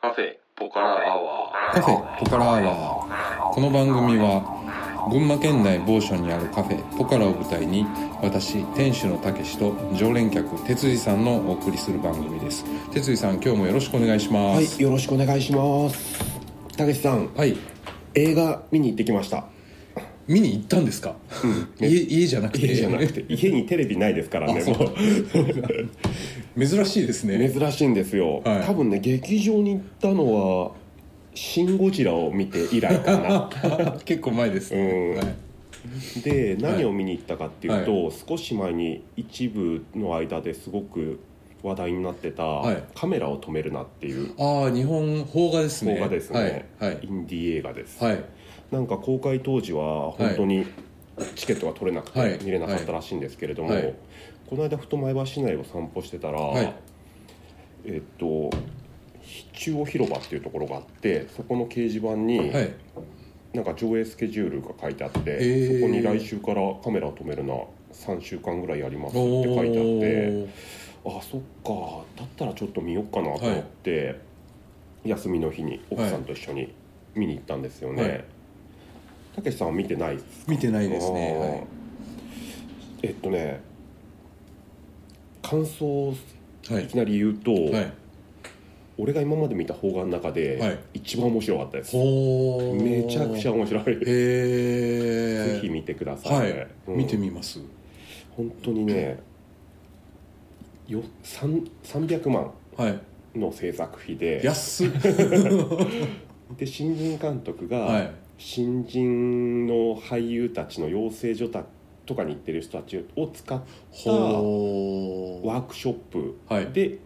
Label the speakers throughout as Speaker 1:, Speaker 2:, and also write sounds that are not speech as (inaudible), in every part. Speaker 1: カフェポカラアワ
Speaker 2: カフェポカラアワーこの番組は群馬県内某所にあるカフェポカラを舞台に私店主のたけしと常連客哲司さんのお送りする番組です哲司さん今日もよろしくお願いしま
Speaker 3: は
Speaker 2: す
Speaker 3: い、よろしくお願いします。たけしさん、
Speaker 2: はい、
Speaker 3: 映画見に行ってきました。
Speaker 2: 見に行ったんですか、家家じゃなくて
Speaker 3: 家じゃなくて、家にテレビないですからね、
Speaker 2: あそう (laughs)
Speaker 3: もう。
Speaker 2: 珍しいですね
Speaker 3: 珍しいんですよ、
Speaker 2: はい
Speaker 3: 多分ね、劇場に行ったのは、シン・ゴジラを見て以来か
Speaker 2: (laughs)
Speaker 3: な。
Speaker 2: 結構前です、
Speaker 3: うん
Speaker 2: はい
Speaker 3: で、何を見に行ったかっていうと、
Speaker 2: は
Speaker 3: 少し前に一部の間ですごく話題になってた、
Speaker 2: はい
Speaker 3: カメラを止めるなっていう
Speaker 2: ああ日本邦画ですね
Speaker 3: 動画ですね、
Speaker 2: はいはい
Speaker 3: インディー映画です。
Speaker 2: はい
Speaker 3: なんか公開当時は本当にチケットが取れなく
Speaker 2: はい
Speaker 3: て見れなかったらしいんですけれども、
Speaker 2: はい
Speaker 3: この間ふと前橋市内を散歩してたら、
Speaker 2: はい
Speaker 3: えっと中央広場っていうところがあってそこの掲示板に
Speaker 2: はい
Speaker 3: なんか上映スケジュールが書いてあって、
Speaker 2: ー
Speaker 3: そこに来週からカメラを止めるな3週間ぐらいやりますって
Speaker 2: お
Speaker 3: 書いてあって
Speaker 2: ー
Speaker 3: あそっかだったらちょっと見よっかなと思って、休みの日に奥さんと一緒に見に行ったんですよ
Speaker 2: はい
Speaker 3: ねたけしさんは見てないです
Speaker 2: 見てない
Speaker 3: い
Speaker 2: ですね、はい
Speaker 3: えっとね感想を
Speaker 2: はいい
Speaker 3: きなり言うと、
Speaker 2: はい
Speaker 3: 俺が今まで見た邦画の中
Speaker 2: は
Speaker 3: で
Speaker 2: い
Speaker 3: 一番面白かったです、
Speaker 2: ほー
Speaker 3: めちゃくちゃ
Speaker 2: へ
Speaker 3: 面白い、ぜ
Speaker 2: え
Speaker 3: ひ見てください、
Speaker 2: はい、
Speaker 3: うん
Speaker 2: 見てみます
Speaker 3: 本当にねよさん300万
Speaker 2: はい
Speaker 3: の制作費で
Speaker 2: 安っ
Speaker 3: (laughs) で新人監督が、
Speaker 2: はい
Speaker 3: 新人の俳優たちの養成所たとかに行ってる人たちを使った
Speaker 2: ほー
Speaker 3: ワークショップ
Speaker 2: はい
Speaker 3: で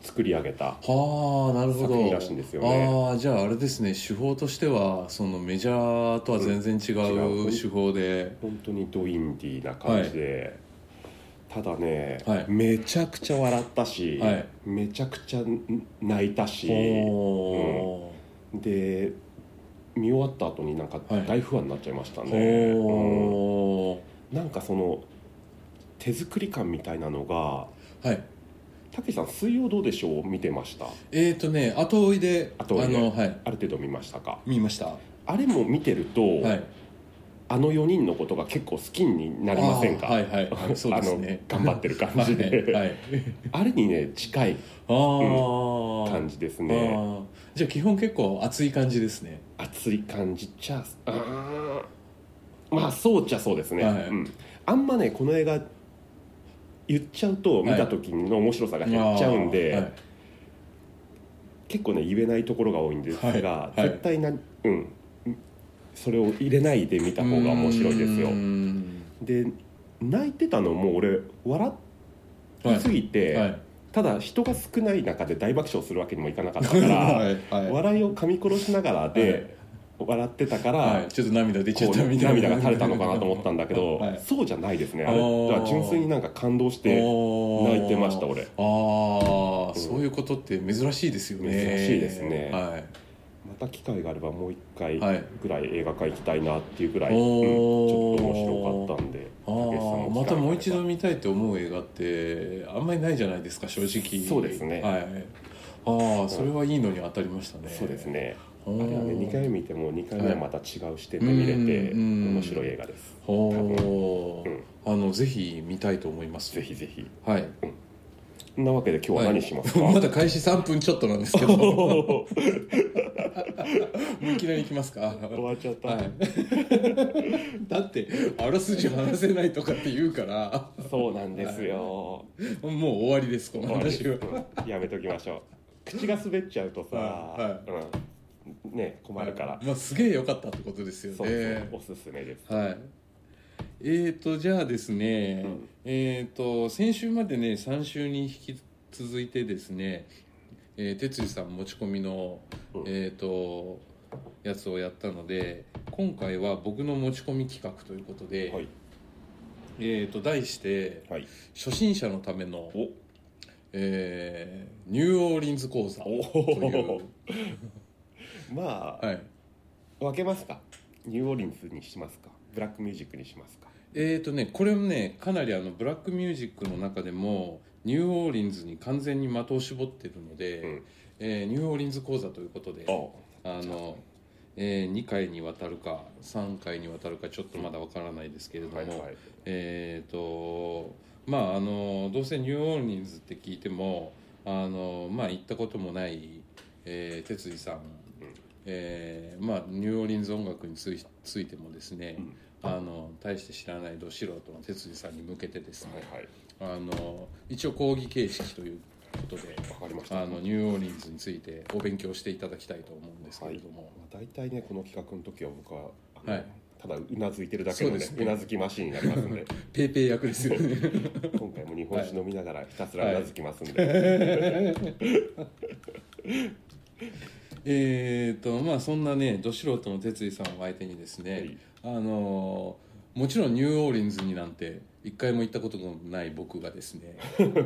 Speaker 3: 作り上げた
Speaker 2: はあなるほ
Speaker 3: 作
Speaker 2: ど
Speaker 3: 品らしいんですよね。
Speaker 2: ああじゃああれですね手法としてはそのメジャーとは全然違
Speaker 3: うん違
Speaker 2: う
Speaker 3: う
Speaker 2: 手法で、
Speaker 3: 本当にドインディーな感じで、ただね、
Speaker 2: はい
Speaker 3: めちゃくちゃ笑ったし、
Speaker 2: はい
Speaker 3: めちゃくちゃ泣いたし
Speaker 2: ほ
Speaker 3: で見終わった後になんか
Speaker 2: はい
Speaker 3: 大不安になっちゃいました
Speaker 2: ー
Speaker 3: ね。うん
Speaker 2: ほ
Speaker 3: なんかその手作り感みたいなのが
Speaker 2: ーはい
Speaker 3: たけしさん「水曜どうでしょう」見てました
Speaker 2: えっ、ー、とね後追いで
Speaker 3: 後追いで
Speaker 2: あのはい
Speaker 3: ある程度見ましたか
Speaker 2: 見ましたは
Speaker 3: あれも見てると、
Speaker 2: い
Speaker 3: あの4人のことが結構好きになりませんか、
Speaker 2: あーはいはいはいそうですね
Speaker 3: あの頑張ってる感じで、
Speaker 2: (laughs) はい、はい、
Speaker 3: あれにね近い
Speaker 2: あー、
Speaker 3: 感じです
Speaker 2: あ
Speaker 3: ね
Speaker 2: ーじゃあ基本結構熱い感じですね
Speaker 3: 熱い感じちゃあーまあそうっちゃそうですね、
Speaker 2: はい
Speaker 3: うん、あんまねこの映画言っちゃうと見た時の面白さが減っちゃうんで、
Speaker 2: あーはい
Speaker 3: 結構ね言えないところが多いんですが、
Speaker 2: はいはい
Speaker 3: 絶対なうんそれを入れないで見た方が面白いですよ
Speaker 2: うーん
Speaker 3: で泣いてたのも俺笑
Speaker 2: はい
Speaker 3: いすぎて、
Speaker 2: はい
Speaker 3: ただ人が少ない中で大爆笑するわけにもいかなかったから、
Speaker 2: (laughs) はいはい
Speaker 3: 笑いを噛み殺しながらで笑ってたから、
Speaker 2: はい、ちょっと涙出ちゃ
Speaker 3: こ
Speaker 2: っ
Speaker 3: う
Speaker 2: たみたいな
Speaker 3: 涙が垂れたのかなと思ったんだけど、
Speaker 2: はい
Speaker 3: そうじゃないですねあれ
Speaker 2: あー
Speaker 3: だから純粋になんか感動して泣
Speaker 2: 泣
Speaker 3: いてました俺
Speaker 2: あー
Speaker 3: ん
Speaker 2: そういうことって珍しいですよね
Speaker 3: 珍しいですね
Speaker 2: は
Speaker 3: また機会があればもう一回
Speaker 2: い、はい、
Speaker 3: ぐらい映画館行きたいなっていうぐらい、
Speaker 2: お
Speaker 3: うん
Speaker 2: ー
Speaker 3: ちょっと面白かったんで
Speaker 2: あ
Speaker 3: たけしさん
Speaker 2: ーま
Speaker 3: も機会があれば
Speaker 2: たもう一度見たいと思う映画ってあんまりないじゃないですか正直
Speaker 3: そうですね
Speaker 2: はいああそれはいいのに当たりましたね
Speaker 3: そうですね
Speaker 2: あ
Speaker 3: あれはね2回見ても2回目はまた違う視点で見れて
Speaker 2: うんうん
Speaker 3: 面白い映画です
Speaker 2: お
Speaker 3: うん
Speaker 2: あのぜひ見たいと思います
Speaker 3: ぜひぜひ
Speaker 2: はい
Speaker 3: そんなわけで今日は何しますか、
Speaker 2: (laughs)
Speaker 3: (laughs)
Speaker 2: まだ開始3分ちょっとなんですけどもういきなりいきますか
Speaker 3: 終わっちゃった、
Speaker 2: はい、 (laughs) だってあらすじ話せないとかって言うから
Speaker 3: そうなんですよ
Speaker 2: もう終わりですこの話は
Speaker 3: やめときましょう口が滑っちゃうとさ、
Speaker 2: は
Speaker 3: うん、ね困るから、
Speaker 2: まあ、すげえ良かったってことですよ
Speaker 3: そうそう、
Speaker 2: ね
Speaker 3: おすすめです
Speaker 2: はいえーとじゃあですね、
Speaker 3: うん
Speaker 2: えーと先週までね3週に引き続いてですね、えー、哲司さん持ち込みの、
Speaker 3: うん
Speaker 2: えーとやつをやったので今回は僕の持ち込み企画ということで、
Speaker 3: はい
Speaker 2: えーと題して
Speaker 3: はい
Speaker 2: 初心者のための
Speaker 3: お
Speaker 2: えーニューオーリンズ講座と
Speaker 3: お
Speaker 2: いう
Speaker 3: ー、 (laughs) まあ、
Speaker 2: はい、
Speaker 3: 分けますかニューオーリンズにしますかブラックミュージックにしますか
Speaker 2: えっ、とねこれもねかなりあのブラックミュージックの中でもニューオーリンズに完全に的を絞ってるので、
Speaker 3: うん
Speaker 2: えーニューオーリンズ講座ということで
Speaker 3: あ
Speaker 2: あの、えー2回にわたるか3回にわたるかちょっとまだわからないですけれども、
Speaker 3: はいはい
Speaker 2: えっ、とまああのどうせニューオーリンズって聞いてもあのまあ行ったこともない、えー哲司さん、えーまあ、ニューオーリンズ音楽についついてもですね、
Speaker 3: うん
Speaker 2: あの大して知らないど素人の哲司さんに向けてですね、
Speaker 3: はいはい
Speaker 2: あの一応講義形式ということで
Speaker 3: わかりました
Speaker 2: あのニューオーリンズについてお勉強していただきたいと思うんですけれども、
Speaker 3: まあ、大体ねこの企画の時は僕はあの
Speaker 2: はい
Speaker 3: ただうなずいてるだけの
Speaker 2: そう
Speaker 3: ね
Speaker 2: ですね
Speaker 3: うなずきマシーンになりますんで
Speaker 2: ペーペー役ですよね (laughs)
Speaker 3: 今回も日本酒飲みながらひたすらうなずきますんで、
Speaker 2: えっとまあそんなねど素人の哲司さんを相手にですね、
Speaker 3: はい
Speaker 2: あのもちろんニューオーリンズになんて一回も行ったことのない僕がですね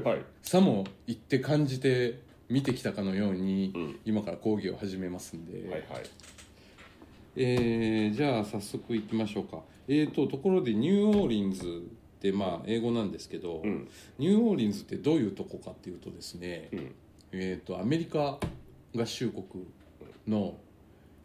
Speaker 3: はい
Speaker 2: さも行って感じて見てきたかのように、
Speaker 3: うん
Speaker 2: 今から講義を始めますんで、
Speaker 3: はいはい
Speaker 2: えーじゃあ早速行きましょうかえーとところでニューオーリンズってまあ英語なんですけど、
Speaker 3: うん
Speaker 2: ニューオーリンズってどういうとこかっていうとですね、
Speaker 3: うん
Speaker 2: えーとアメリカ合衆国の、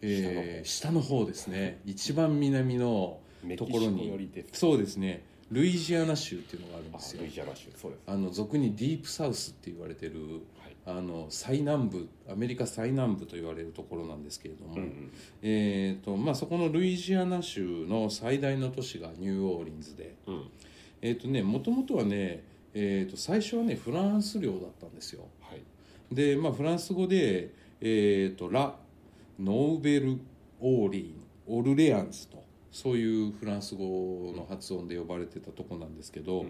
Speaker 2: えー下の方ですね一番南の
Speaker 3: メ
Speaker 2: と
Speaker 3: キ
Speaker 2: こ
Speaker 3: シ
Speaker 2: ろ
Speaker 3: コ
Speaker 2: に
Speaker 3: 寄りです
Speaker 2: そうですねルイジアナ州っていうのがあるん
Speaker 3: あ
Speaker 2: ですよ
Speaker 3: ルイジアナ州そうです
Speaker 2: あの俗にディープサウスって言われてる
Speaker 3: はい
Speaker 2: あの最南部アメリカ最南部と言われるところなんですけれども、
Speaker 3: うんうん
Speaker 2: えーとまあ、そこのルイジアナ州の最大の都市がニューオーリンズで、
Speaker 3: うん
Speaker 2: えーとね、もともとはね、えー、と最初はねフランス領だったんですよ
Speaker 3: はい
Speaker 2: で、まあ、フランス語で、えーとラ・ノーベル・オーリンオルレアンズとそういうフランス語の発音で呼ばれてたとこなんですけど、
Speaker 3: うん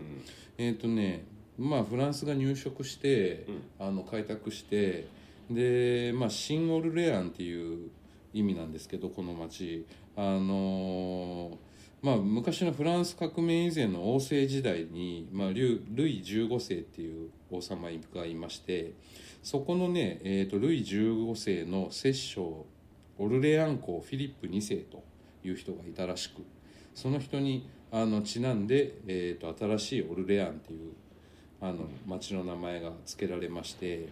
Speaker 2: えっ、とねまあフランスが入植して、
Speaker 3: うん
Speaker 2: あの開拓してでまあ新オルレアンっていう意味なんですけどこの町あのーまあ昔のフランス革命以前の王政時代に、まあ、リュルイ15世っていう王様がいましてそこのね、えー、とルイ15世の摂政オルレアン公フィリップ2世という人がいたらしくその人にあのちなんで、えー、と新しいオルレアンっていうあの町の名前が付けられまして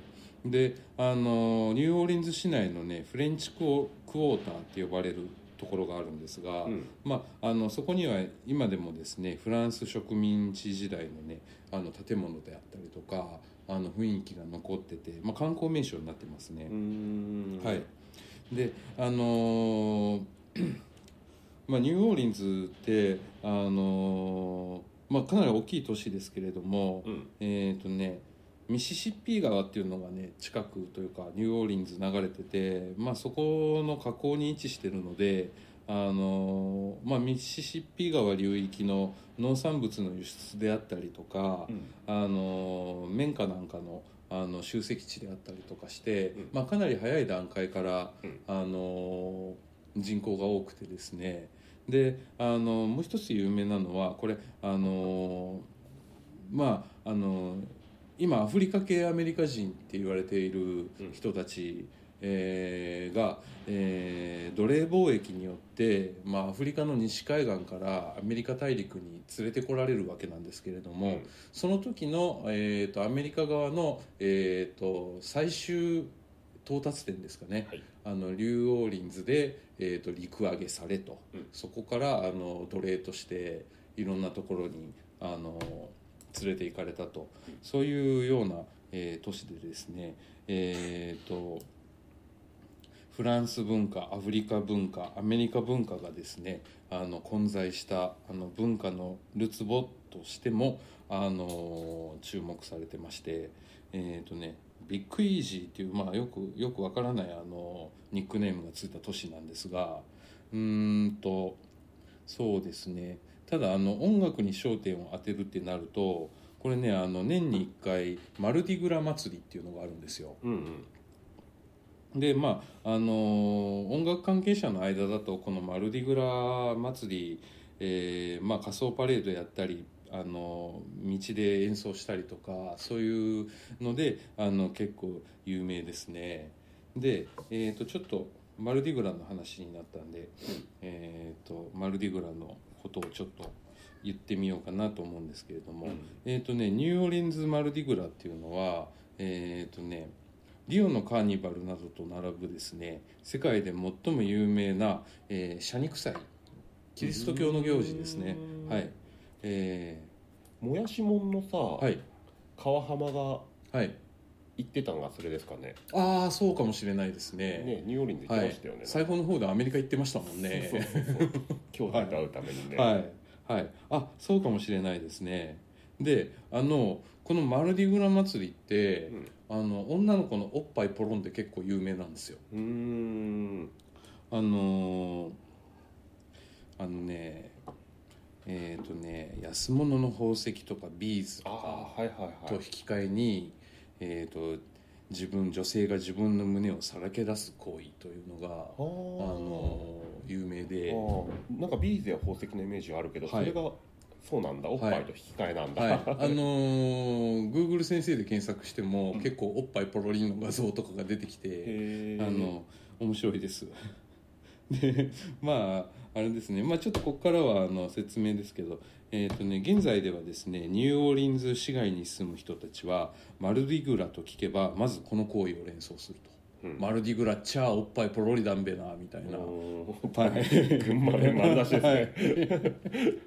Speaker 2: であのニューオーリンズ市内のねフレンチクォクォーターって呼ばれるところがあるんですが、
Speaker 3: うん
Speaker 2: まあ、あのそこには今でもですねフランス植民地時代のねあの建物であったりとかあの雰囲気が残ってて、まあ、観光名所になってますね。
Speaker 3: うーん
Speaker 2: はい、であのー (clears throat) まあ、ニューオーリンズって、あのーまあ、かなり大きい都市ですけれども、
Speaker 3: うん
Speaker 2: えっ、とねミシシッピ川っていうのがね近くというかニューオーリンズ流れてて、まあ、そこの河口に位置してるので、あのーまあ、ミシシッピ川流域の農産物の輸出であったりとか、
Speaker 3: うん
Speaker 2: あの綿花なんかのあの集積地であったりとかして、
Speaker 3: うん
Speaker 2: まあ、かなり早い段階から、
Speaker 3: うん
Speaker 2: あの人口が多くてですねであのもう一つ有名なのはこれあのまああの今アフリカ系アメリカ人って言われている人たち、えーが、えー奴隷貿易によって、まあ、アフリカの西海岸からアメリカ大陸に連れてこられるわけなんですけれども、
Speaker 3: うん
Speaker 2: その時の、えー、とアメリカ側の、えー、と最終到達点ですかね、
Speaker 3: はい
Speaker 2: あのニューオーリンズで、えー、と陸揚げされと、
Speaker 3: うん
Speaker 2: そこからあの奴隷としていろんなところにあの連れて行かれたとそういうような、えー都市でですねえー、とフランス文化アフリカ文化アメリカ文化がですねあの混在したあの文化のるつぼとしてもあの注目されてましてえー、とねビッグイージーっていう、まあ、よくよくわからないあのニックネームがついた都市なんですがうーんとそうですねただあの音楽に焦点を当てるってなるとこれねあの年に1回マルディグラ祭りっていうのがあるんですよ。
Speaker 3: うんうん
Speaker 2: でまああのー音楽関係者の間だとこのマルディグラ祭り、えーまあ、仮装パレードやったり、あのー道で演奏したりとかそういうのであの結構有名ですねで、えー、とちょっとマルディグラの話になったんで、えー、とマルディグラのことをちょっと言ってみようかなと思うんですけれども、
Speaker 3: うん
Speaker 2: えっ、とねニューオーリンズ・マルディグラっていうのはえっ、とねリオのカーニバルなどと並ぶですね世界で最も有名な、えー、シャニク祭キリスト教の行事ですね
Speaker 3: うん
Speaker 2: はいえ
Speaker 3: もやしもんのさ、
Speaker 2: ーはい
Speaker 3: 川浜が
Speaker 2: はい
Speaker 3: 行ってたのがそれですかね
Speaker 2: ああそうかもしれないですね
Speaker 3: ねニューオーリンズ行っ
Speaker 2: は
Speaker 3: てま
Speaker 2: い
Speaker 3: したよね、
Speaker 2: 最後の方でアメリカ行ってましたもんね
Speaker 3: そうそうそうそう今日歌うために
Speaker 2: (laughs)
Speaker 3: ね、
Speaker 2: はい、はい、あそうかもしれないですねであのこのマルディグラ祭りって、
Speaker 3: うん
Speaker 2: あの女の子のおっぱいポロンって結構有名なんですよ
Speaker 3: うーん
Speaker 2: あのーあのねえっ、とね安物の宝石とかビーズと
Speaker 3: あ
Speaker 2: か
Speaker 3: あはいはい
Speaker 2: と
Speaker 3: は
Speaker 2: 引
Speaker 3: い
Speaker 2: き換えに、えっ、と自分女性が自分の胸をさらけ出す行為というのが
Speaker 3: あ
Speaker 2: あ
Speaker 3: ー
Speaker 2: のー有名
Speaker 3: あ
Speaker 2: で
Speaker 3: ーなんかビーズや宝石のイメージはあるけど、
Speaker 2: はい
Speaker 3: それがそうなんだおっぱいと引き換えなんだ、
Speaker 2: はい、あのー、Google 先生で検索しても、
Speaker 3: うん
Speaker 2: 結構おっぱいポロリンの画像とかが出てきて、
Speaker 3: へ
Speaker 2: あ
Speaker 3: ー
Speaker 2: の面白いです (laughs) でまああれですね、まあ、ちょっとここからはあの説明ですけど、えーとね、現在ではですねニューオーリンズ市街に住む人たちはマルディグラと聞けばまずこの行為を連想すると、
Speaker 3: うん
Speaker 2: マルディグラチャーおっぱいポロリダンベナーみたいな、
Speaker 3: はい、群馬弁丸出しですね。
Speaker 2: (laughs)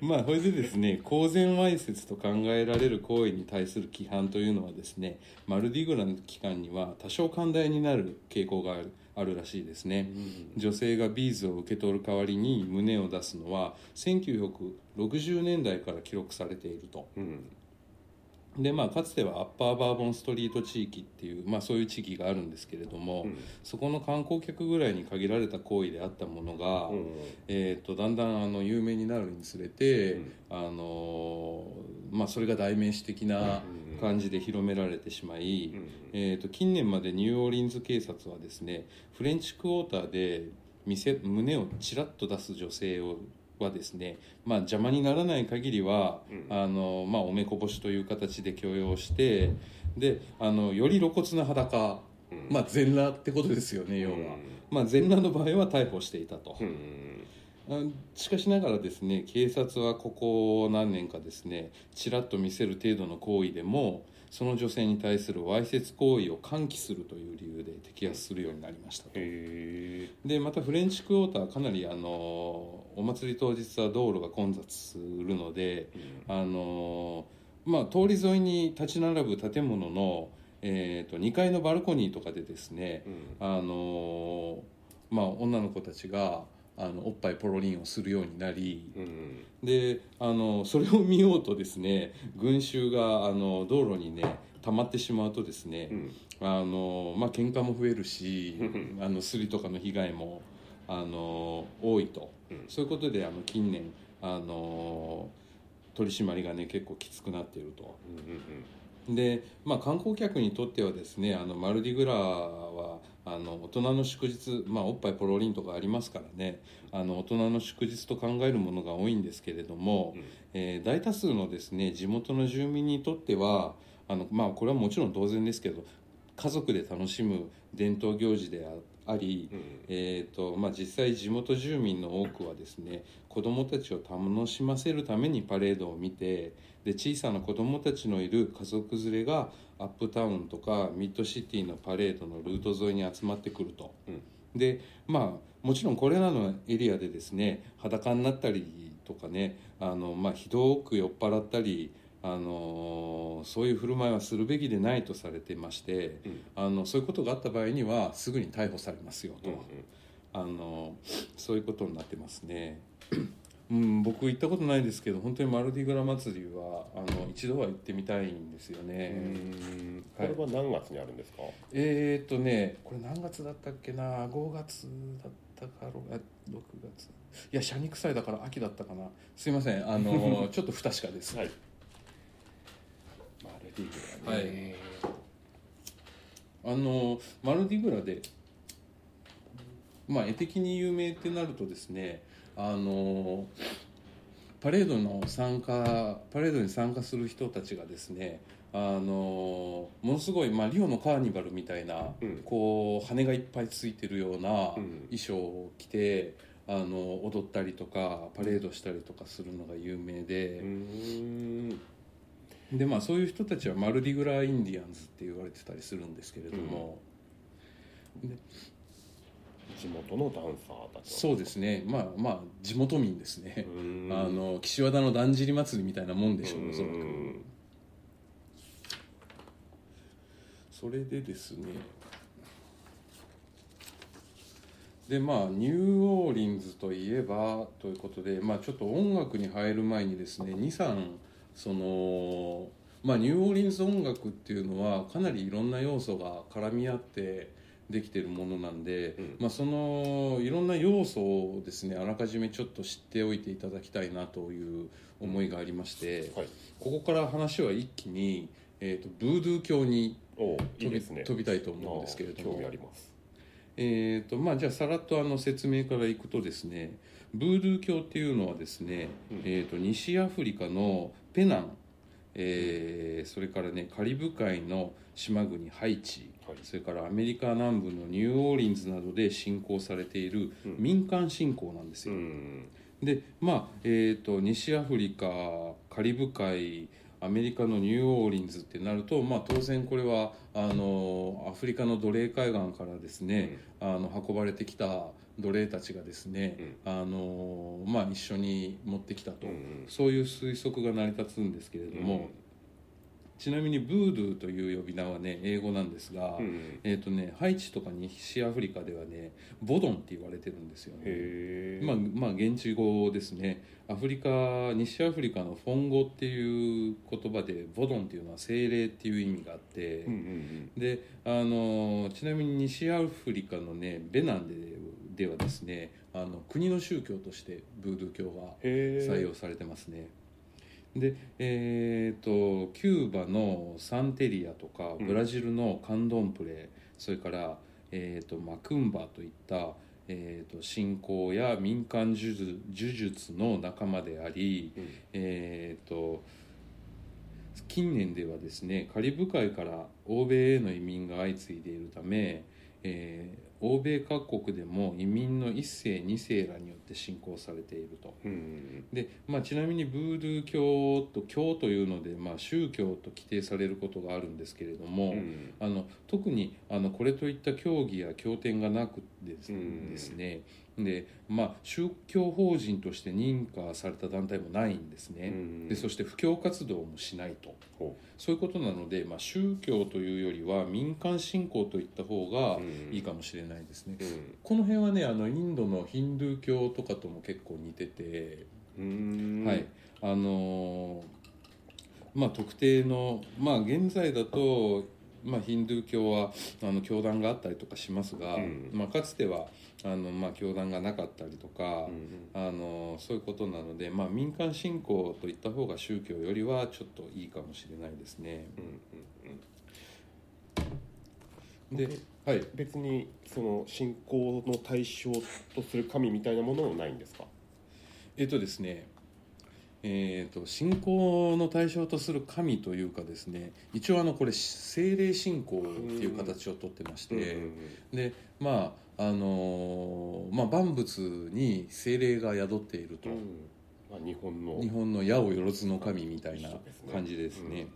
Speaker 2: まあこれでですね公然わいせつと考えられる行為に対する規範というのはですねマルディグラの期間には多少寛大になる傾向があるあるらしいですね、女性がビーズを受け取る代わりに胸を出すのは1960年代から記録されていると
Speaker 3: うん、
Speaker 2: でまあかつてはアッパーバーボンストリート地域っていう、まあ、そういう地域があるんですけれども、
Speaker 3: うん
Speaker 2: そこの観光客ぐらいに限られた行為であったものが、えー、とだんだんあの有名になるにつれて、
Speaker 3: うん
Speaker 2: あのーまあ、それが代名詞的な感じで広められてしまい、
Speaker 3: うん
Speaker 2: えー、と近年までニューオーリンズ警察はですねフレンチクォーターで店胸をちらっと出す女性をはですね、まあ、邪魔にならない限りは、
Speaker 3: うん
Speaker 2: あのまあ、おめこぼしという形で許容してであのより露骨な裸、
Speaker 3: うん
Speaker 2: まあ、全裸ってことですよね要は、まあ、全裸の場合は逮捕していたと。
Speaker 3: うん
Speaker 2: あしかしながらですね警察はここ何年かですねちらっと見せる程度の行為でもその女性に対するわいせつ行為を喚起するという理由で摘発するようになりましたと
Speaker 3: へ
Speaker 2: でまたフレンチクォーターかなりあのお祭り当日は道路が混雑するのであのまあ通り沿いに立ち並ぶ建物の、えー、と2階のバルコニーとかでですねあのーまあ女の子たちがあのおっぱいポロリンをするようになりであのそれを見ようとですね群衆があの道路にね溜まってしまうとですね、あのまあ喧嘩も増える
Speaker 3: (laughs)
Speaker 2: しあのすりとかの被害もあの多いと、
Speaker 3: うん
Speaker 2: そういうことであの近年あの取り締まりがね結構きつくなっていると。で、まあ、観光客にとってはですねあのマルディグラはあの大人の祝日、まあ、おっぱいポロリンとかありますからねあの大人の祝日と考えるものが多いんですけれども、えー大多数のですね地元の住民にとってはあの、まあ、これはもちろん当然ですけど家族で楽しむ伝統行事でああり、えーとまあ、実際地元住民の多くはですね子どもたちを楽しませるためにパレードを見てで小さな子どもたちのいる家族連れがアップタウンとかミッドシティのパレードのルート沿いに集まってくると。でまあもちろんこれらのエリアでですね裸になったりとかねあの、まあ、ひどく酔っ払ったり、あのーそういう振る舞いはするべきでないとされてましてあのそういうことがあった場合にはすぐに逮捕されますよと、あのそういうことになってますね。 (clears throat) うん、僕行ったことないですけど本当にマルディグラ祭りはあの一度は行ってみたいんですよね。
Speaker 3: これは何月にあるんですか
Speaker 2: えー、っとねこれ何月だったっけな5月だったかろあ6月いやシャニク祭だから秋だったかなすいませんあのちょっと不確かです、
Speaker 3: はいマルディグラね
Speaker 2: あのマルディグラでまあ絵的に有名ってなるとですねあのパレードの参加パレードに参加する人たちがですねあのものすごい、まあ、リオのカーニバルみたいな、
Speaker 3: うん
Speaker 2: こう羽がいっぱいついてるような
Speaker 3: うん
Speaker 2: 衣装を着て、あの踊ったりとかパレードしたりとかするのが有名で、
Speaker 3: うーん
Speaker 2: でまあそういう人たちはマルディグラインディアンズって言われてたりするんですけれども、で
Speaker 3: 地元のダンサーたち
Speaker 2: そうですねまあまあ地元民ですね
Speaker 3: う、ん
Speaker 2: あの岸和田のだんじり祭りみたいなもんでしょうおそらく、
Speaker 3: うん
Speaker 2: それでですねでまあニューオーリンズといえばということで、まあ、ちょっと音楽に入る前にですね23その、まあ、ニューオーリンズ音楽っていうのはかなりいろんな要素が絡み合ってできてるものなんで、
Speaker 3: うん
Speaker 2: まあ、そのいろんな要素をですねあらかじめちょっと知っておいていただきたいなという思いがありまして、
Speaker 3: はい
Speaker 2: ここから話は一気に、えー、とブードゥー教に
Speaker 3: おうい
Speaker 2: 飛び
Speaker 3: いですね
Speaker 2: 飛びたいと思うんですけれど
Speaker 3: ああ興
Speaker 2: も
Speaker 3: 味あります
Speaker 2: えーとまあ、じゃあさらっとあの説明からいくとですねブードゥー教っていうのはですね、
Speaker 3: うん
Speaker 2: えー、と西アフリカのペナン、えーそれからねカリブ海の島国ハイチ、
Speaker 3: はい
Speaker 2: それからアメリカ南部のニューオーリンズなどで信仰されている
Speaker 3: うん
Speaker 2: 民間信仰なんです
Speaker 3: う
Speaker 2: よ、
Speaker 3: ん
Speaker 2: でまあえー、と西アフリカカリブ海アメリカのニューオーリンズってなると、まあ、当然これはあのアフリカの奴隷海岸からですね、あの運ばれてきた奴隷たちがですね、あのまあ、一緒に持ってきたと、
Speaker 3: うん
Speaker 2: そういう推測が成り立つんですけれども、ちなみにブードゥーという呼び名はね英語なんですが、
Speaker 3: うん
Speaker 2: えーとね、ハイチとか西アフリカではねボドンって言われてるんですよね。
Speaker 3: へえ
Speaker 2: まあ、まあ現地語ですねアフリカ西アフリカのフォン語っていう言葉でボドンっていうのは精霊っていう意味があって、
Speaker 3: うんうん
Speaker 2: であのちなみに西アフリカのねベナンでではですねあの国の宗教としてブードゥー教が
Speaker 3: へえ
Speaker 2: 採用されてますね。でえー、とキューバのサンテリアとか
Speaker 3: ん
Speaker 2: ブラジルのカンドンプレ、それから、えー、とマクンバといった、えー、と信仰や民間呪術呪術の仲間であり、
Speaker 3: うん
Speaker 2: えー、と近年ではですねカリブ海から欧米への移民が相次いでいるため、えー欧米各国でも移民の1世2世らによって信仰されていると。
Speaker 3: うん
Speaker 2: で、まあ、ちなみにブードゥー教と教というので、まあ、宗教と規定されることがあるんですけれども、
Speaker 3: うん
Speaker 2: あの特にあのこれといった教義や経典がなくてです
Speaker 3: うん
Speaker 2: ですね、で、まあ、宗教法人として認可された団体もないんです
Speaker 3: う
Speaker 2: ね、
Speaker 3: ん
Speaker 2: でそして布教活動もしないと
Speaker 3: ほ
Speaker 2: そういうことなので、まあ、宗教というよりは民間信仰といった方が
Speaker 3: うん
Speaker 2: いいかもしれないですね、
Speaker 3: うん
Speaker 2: この辺はねあのインドのヒンドゥー教とかとも結構似てて
Speaker 3: うん
Speaker 2: はい、あのーまあ特定のまあ現在だとまあヒンドゥー教はあの教団があったりとかしますが、
Speaker 3: うん
Speaker 2: まあかつてはあのまあ教団がなかったりとか
Speaker 3: う、ん
Speaker 2: あのーそういうことなのでまあ民間信仰といった方が宗教よりはちょっといいかもしれないですね。
Speaker 3: うんうんうん
Speaker 2: で
Speaker 3: で、
Speaker 2: はい、
Speaker 3: 別にその信仰の対象とする神みたいなものはないんですか
Speaker 2: えっとですねえっと信仰の対象とする神というかですね一応あのこれ精霊信仰っていう形をとってまして、でまああのーまあ、万物に精霊が宿っていると、
Speaker 3: うんまあ、日本の
Speaker 2: 日本の矢をよろずの神みたいな
Speaker 3: そうですね
Speaker 2: 感じですね。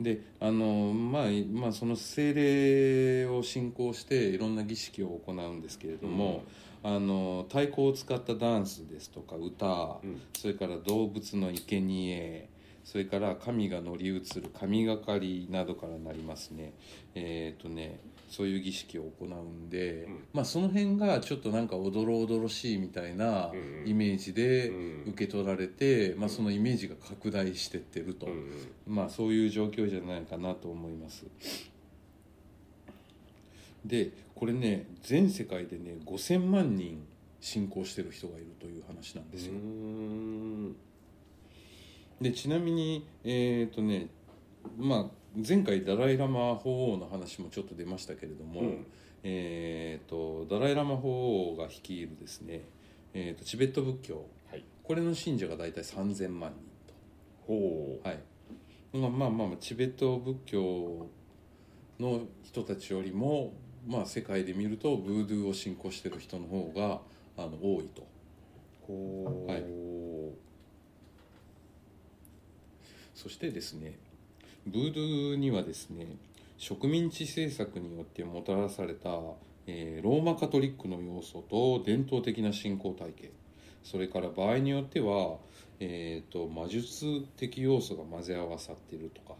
Speaker 2: であのーまあ、まあその精霊を信仰していろんな儀式を行うんですけれども、あのー太鼓を使ったダンスですとか歌、
Speaker 3: うん
Speaker 2: それから動物の生贄それから神が乗り移る神がかりなどからなりますねえっ、とねそういう儀式を行うんで、
Speaker 3: うん
Speaker 2: まあその辺がちょっとなんかおどろおどろしいみたいな
Speaker 3: うんうん
Speaker 2: イメージで
Speaker 3: うん
Speaker 2: 受け取られて、まあ、そのイメージが拡大してってると、
Speaker 3: うん
Speaker 2: まあそういう状況じゃないかなと思いますでこれね全世界でね5000万人信仰してる人がいるという話なんですよ、
Speaker 3: うん
Speaker 2: でちなみにえっ、とねまあ前回ダライ・ラマ法王の話もちょっと出ましたけれども、
Speaker 3: うん
Speaker 2: えっ、とダライ・ラマ法王が率いるですね、えー、とチベット仏教
Speaker 3: はい
Speaker 2: これの信者が大体3000万人と
Speaker 3: ほう
Speaker 2: はい、まあまあまあまあチベット仏教の人たちよりも、まあ、世界で見るとブードゥーを信仰してる人の方があの多いと
Speaker 3: ほう
Speaker 2: はいそしてですねブードゥーにはですね植民地政策によってもたらされた、えーローマカトリックの要素と伝統的な信仰体系それから場合によっては、えー、と魔術的要素が混ぜ合わさっているとか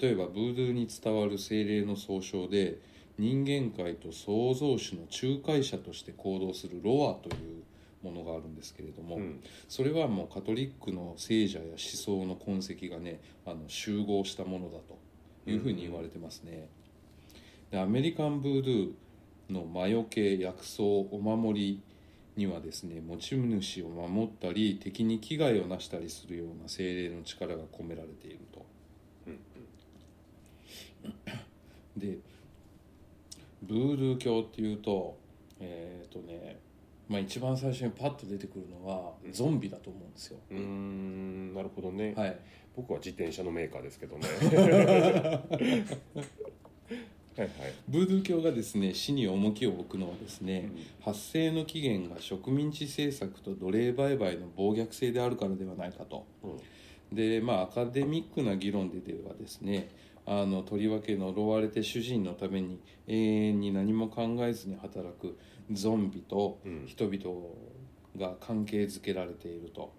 Speaker 2: 例えばブードゥーに伝わる精霊の総称で人間界と創造主の仲介者として行動するロアというものがあるんですけれども、
Speaker 3: うん
Speaker 2: それはもうカトリックの聖者や思想の痕跡がねあの集合したものだというふうに言われてますね、でアメリカンブードゥーの魔除け薬草お守りにはですね持ち主を守ったり敵に危害をなしたりするような精霊の力が込められていると、
Speaker 3: うん
Speaker 2: でブードゥー教っていうとえっ、とねまあ一番最初にパッと出てくるのは
Speaker 3: うん
Speaker 2: ゾンビだと思うんですよ、
Speaker 3: うーんなるほどね、
Speaker 2: はい
Speaker 3: 僕は自転車のメーカーです
Speaker 2: (laughs)
Speaker 3: けどねはいはい、
Speaker 2: ブードゥー教がですね死に重きを置くのはです
Speaker 3: う
Speaker 2: ね
Speaker 3: ん
Speaker 2: 発生の起源が植民地政策と奴隷売買の暴虐性であるからではないかと
Speaker 3: うん
Speaker 2: でまあアカデミックな議論でではですねあのとりわけ呪われて主人のために永遠に何も考えずに働くゾンビと
Speaker 3: うん
Speaker 2: 人々が関係づけられていると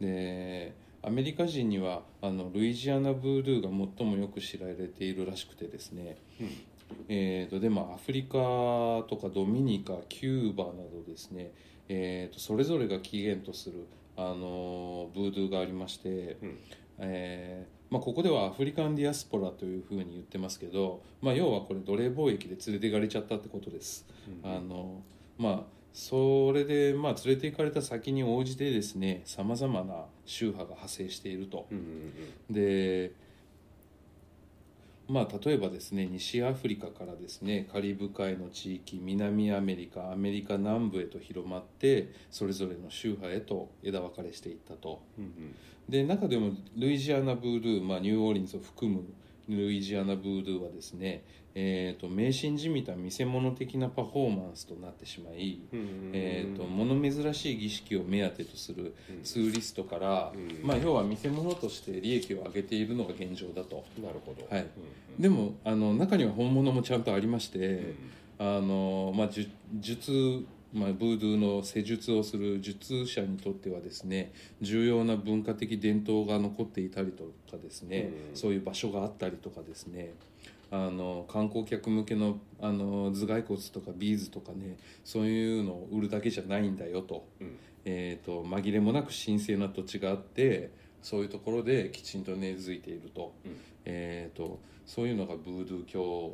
Speaker 2: でアメリカ人にはあのルイジアナブードゥーが最もよく知られているらしくてですね、えー、とでもアフリカとかドミニカキューバなどですね、えー、とそれぞれが起源とする、あのーブードゥーがありまして、
Speaker 3: うん
Speaker 2: えーまあ、ここではアフリカンディアスポラというふうに言ってますけど、まあ、要はこれ奴隷貿易で連れていかれちゃったってことです。あのまあそれで、まあ、連れて行かれた先に応じてですねさまざまな宗派が派生していると
Speaker 3: うんうん
Speaker 2: でまあ例えばですね西アフリカからですねカリブ海の地域南アメリカアメリカ南部へと広まってそれぞれの宗派へと枝分かれしていったと
Speaker 3: うんうん
Speaker 2: で中でもルイジアナブードゥー、まあ、ニューオーリンズを含むルイジアナブードゥーはですね、えー、と迷信じみた見せ物的なパフォーマンスとなってしまい、
Speaker 3: うんうん
Speaker 2: えー、と物珍しい儀式を目当てとする
Speaker 3: うん
Speaker 2: ツーリストから、
Speaker 3: うん
Speaker 2: まあ、要は見せ物として利益を上げているのが現状だと
Speaker 3: なるほど
Speaker 2: はい
Speaker 3: うんうん
Speaker 2: でもあの中には本物もちゃんとありまして、
Speaker 3: うん
Speaker 2: あのまあ、術術、まあ、ブードゥーの施術をする術者にとってはですね重要な文化的伝統が残っていたりとかですね、
Speaker 3: うん
Speaker 2: そういう場所があったりとかですねあの観光客向けのあの頭蓋骨とかビーズとかねそういうのを売るだけじゃないんだよと,、
Speaker 3: うん
Speaker 2: えー、と紛れもなく神聖な土地があってそういうところできちんと根付いていると,、
Speaker 3: うん
Speaker 2: えー、とそういうのがブードゥー教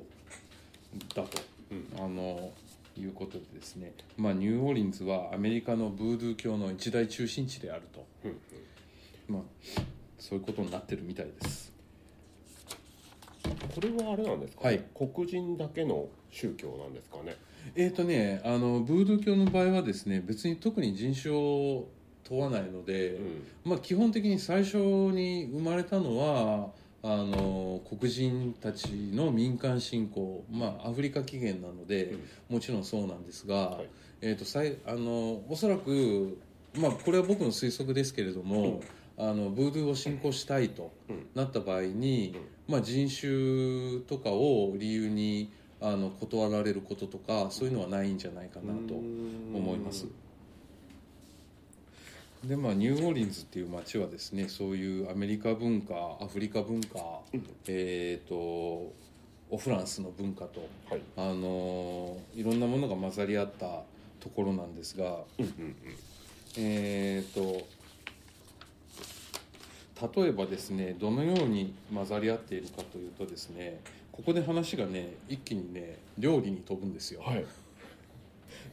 Speaker 2: だと。
Speaker 3: うん
Speaker 2: あのいうことでですね、まあ、ニューオーリンズはアメリカのブードゥー教の一大中心地であると、
Speaker 3: うんうん
Speaker 2: まあ、そういうことになってるみたいです
Speaker 3: これはあれなんですか、
Speaker 2: はい
Speaker 3: 黒人だけの宗教なんですかね
Speaker 2: えっ、とねあのブードゥー教の場合はですね別に特に人種を問わないので、
Speaker 3: うん
Speaker 2: まあ、基本的に最初に生まれたのはあの黒人たちの民間信仰、まあ、アフリカ起源なので、
Speaker 3: うん
Speaker 2: もちろんそうなんですが、
Speaker 3: はい
Speaker 2: えー、とさいあのおそらく、まあ、これは僕の推測ですけれども、あのブードゥーを信仰したいと
Speaker 3: うん
Speaker 2: なった場合に、まあ、人種とかを理由にあの断られることとかそういうのはないんじゃないかなと思
Speaker 3: 思
Speaker 2: います。でまあ、ニューオーリンズっていう街はですねそういうアメリカ文化アフリカ文化、えー、とオフランスの文化と、
Speaker 3: はい
Speaker 2: あのーいろんなものが混ざり合ったところなんですが、えー、と例えばですねどのように混ざり合っているかというとですねここで話がね一気にね料理に飛ぶんですよ、
Speaker 3: はい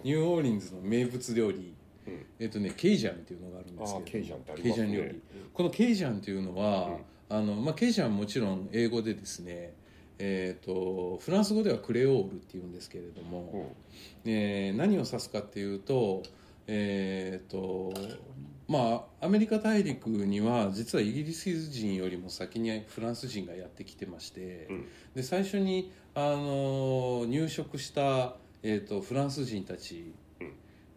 Speaker 2: ニューオーリンズの名物料理
Speaker 3: うん
Speaker 2: えっとね、ケイジャンっていうのがあるんですけ
Speaker 3: あ
Speaker 2: ど
Speaker 3: ーケイジャンってありますね
Speaker 2: ケイジャン料理このケイジャンっていうのは、あのまあ、ケイジャンはもちろん英語でですね、えー、とフランス語ではクレオールっていうんですけれど
Speaker 3: う
Speaker 2: も、
Speaker 3: ん
Speaker 2: えー何を指すかっていうと,、えーとまあ、アメリカ大陸には実はイギリス人よりも先にフランス人がやってきてまして、
Speaker 3: うん
Speaker 2: で最初に、あのー入植した、えー、とフランス人たち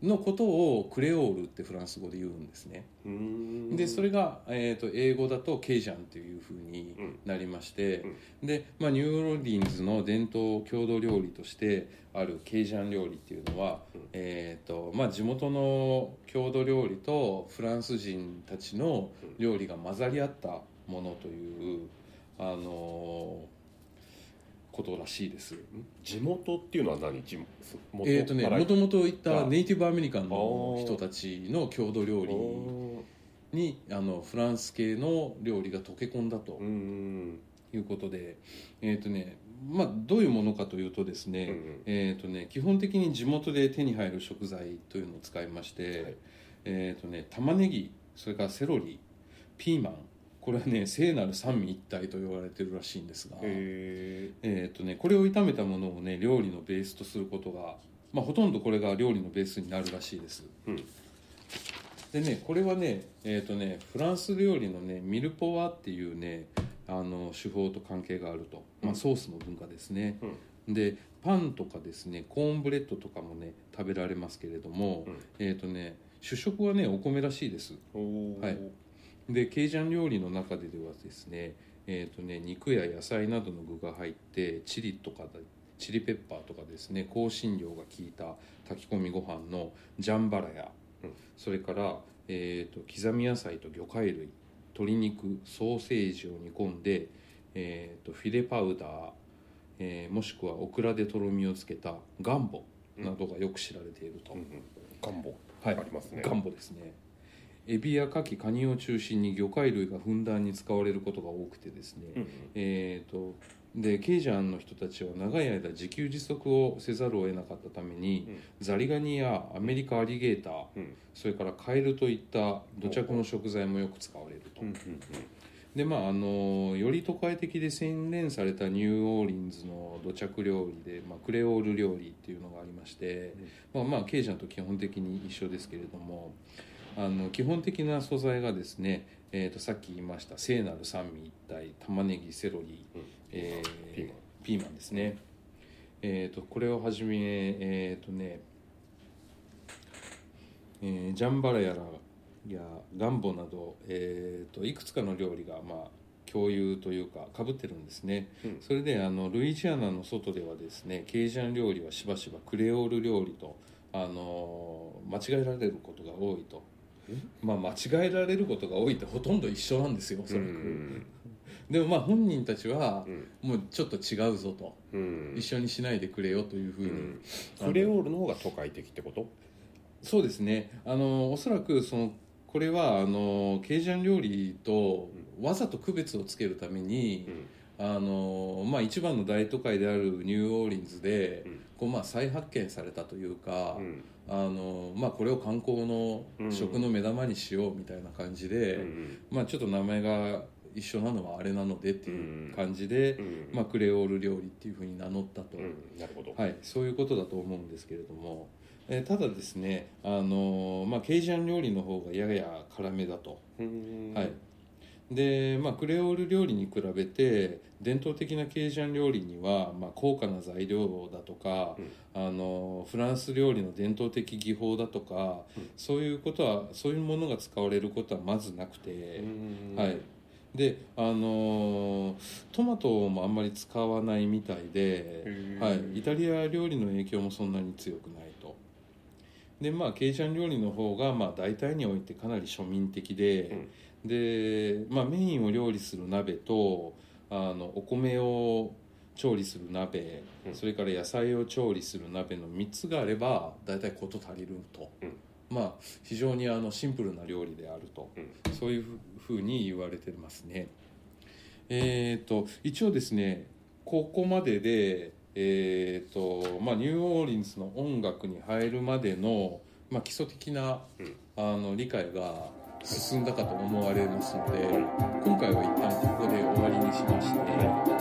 Speaker 2: のことをクレオールってフランス語で言うんですね、
Speaker 3: うん
Speaker 2: でそれが、えー、と英語だとケイジャンっていうふうに
Speaker 3: うん
Speaker 2: なりまして、
Speaker 3: うん
Speaker 2: で、まあ、ニューオーリンズの伝統郷土料理としてあるケイジャン料理っていうのは、
Speaker 3: うん
Speaker 2: えーとまあ、地元の郷土料理とフランス人たちの料理が混ざり合ったものという、あのーことらしいです。
Speaker 3: 地元っていうのは何地元元
Speaker 2: えーとね、
Speaker 3: から
Speaker 2: もともといったネイティブアメリカンの人たちの郷土料理
Speaker 3: おー
Speaker 2: にあのフランス系の料理が溶け込んだと
Speaker 3: うん
Speaker 2: いうことで、えーとねまあ、どういうものかというとですね,、
Speaker 3: うんうん
Speaker 2: えーとね基本的に地元で手に入る食材というのを使いまして、
Speaker 3: はい
Speaker 2: えーとね、玉ねぎそれからセロリピーマンこれはね聖なる三位一体と言われてるらしいんですが、
Speaker 3: へ
Speaker 2: えーとね、これを炒めたものをね料理のベースとすることが、まあ、ほとんどこれが料理のベースになるらしいです
Speaker 3: えうん
Speaker 2: でねこれはねえっ、とねフランス料理のねミルポワっていうねあの手法と関係があると、ま
Speaker 3: う
Speaker 2: あ、
Speaker 3: ん
Speaker 2: ソースの文化ですね、
Speaker 3: うん
Speaker 2: でパンとかですねコーンブレッドとかもね食べられますけれども、
Speaker 3: うん
Speaker 2: えっ、とね主食はねお米らしいです
Speaker 3: おー
Speaker 2: はいでケイジャン料理の中でではですね,、えー、とね肉や野菜などの具が入ってチリとかだチリペッパーとかですね香辛料が効いた炊き込みご飯のジャンバラや、
Speaker 3: うん
Speaker 2: それから、えー、と刻み野菜と魚介類鶏肉ソーセージを煮込んで、えー、とフィレパウダー、えーもしくはオクラでとろみをつけたガンボなどがよく知られていると、
Speaker 3: うんうんガンボ
Speaker 2: はい
Speaker 3: ありますね
Speaker 2: ガンボですねエビや牡蠣カニを中心に魚介類がふんだんに使われることが多くてですね、
Speaker 3: うんうん
Speaker 2: えー、とでケイジャンの人たちは長い間自給自足をせざるを得なかったために、
Speaker 3: うん
Speaker 2: ザリガニやアメリカアリゲーター
Speaker 3: うん
Speaker 2: それからカエルといった土着の食材もよく使われると、
Speaker 3: うん
Speaker 2: でまああのより都会的で洗練されたニューオーリンズの土着料理で、まあ、クレオール料理っていうのがありまして、まあまあケイジャンと基本的に一緒ですけれどもあの基本的な素材がですね、えー、とさっき言いました聖なる三位一体玉ねぎセロリ、
Speaker 3: うん
Speaker 2: えー
Speaker 3: ピーマン
Speaker 2: ピーマンですね、えー、とこれをはじめえっ、とね、えージャンバラやらやガンボなど、えー、といくつかの料理がまあ共有というかかぶってるんですね、
Speaker 3: うん
Speaker 2: それであのルイジアナの外ではですねケイジャン料理はしばしばクレオール料理と、あのー間違えられることが多いとまあ間違えられることが多いってほとんど一緒なんですよおそらく、
Speaker 3: うん
Speaker 2: でもまあ本人たちは
Speaker 3: うん
Speaker 2: もうちょっと違うぞと、
Speaker 3: うん
Speaker 2: 一緒にしないでくれよというふうに、
Speaker 3: うんフレオールの方が都会的ってこと
Speaker 2: そうですねあのおそらくそのこれはあのケイジャン料理とわざと区別をつけるために、
Speaker 3: ん
Speaker 2: あのまあ、一番の大都会であるニューオーリンズで、
Speaker 3: うん
Speaker 2: こうまあ、再発見されたというか、
Speaker 3: うん
Speaker 2: あのまあ、これを観光の食の目玉にしようみたいな感じで、
Speaker 3: うん
Speaker 2: まあ、ちょっと名前が一緒なのはあれなのでっていう感じで、
Speaker 3: うん
Speaker 2: まあ、クレオール料理っていうふうに名乗ったと、
Speaker 3: うんなるほど
Speaker 2: はい、そういうことだと思うんですけれども、えーただですね、あのーまあ、ケイジャン料理の方がやや辛めだと、
Speaker 3: うん
Speaker 2: はいでまあ、クレオール料理に比べて伝統的なケイジャン料理には、まあ、高価な材料だとか、あのーフランス料理の伝統的技法だとか、そういうことはそういうものが使われることはまずなくて。
Speaker 3: うん
Speaker 2: はい、であのートマトもあんまり使わないみたいで
Speaker 3: へ、ー
Speaker 2: はい、イタリア料理の影響もそんなに強くないとでまあケイジャン料理の方がまあ大体においてかなり庶民的で、で、まあ、メインを料理する鍋とあのお米を調理する鍋、
Speaker 3: うん
Speaker 2: それから野菜を調理する鍋の3つがあれば大体事足りると、
Speaker 3: うん
Speaker 2: まあ非常にあのシンプルな料理であると、
Speaker 3: う
Speaker 2: そういうふうに言われてますねえっ、と一応ですねここまででえっ、とまあニューオーリンズの音楽に入るまでの、まあ、基礎的な、
Speaker 3: うん
Speaker 2: あの理解が進んだかと思われますので今回は一旦ここで終わりにしまして、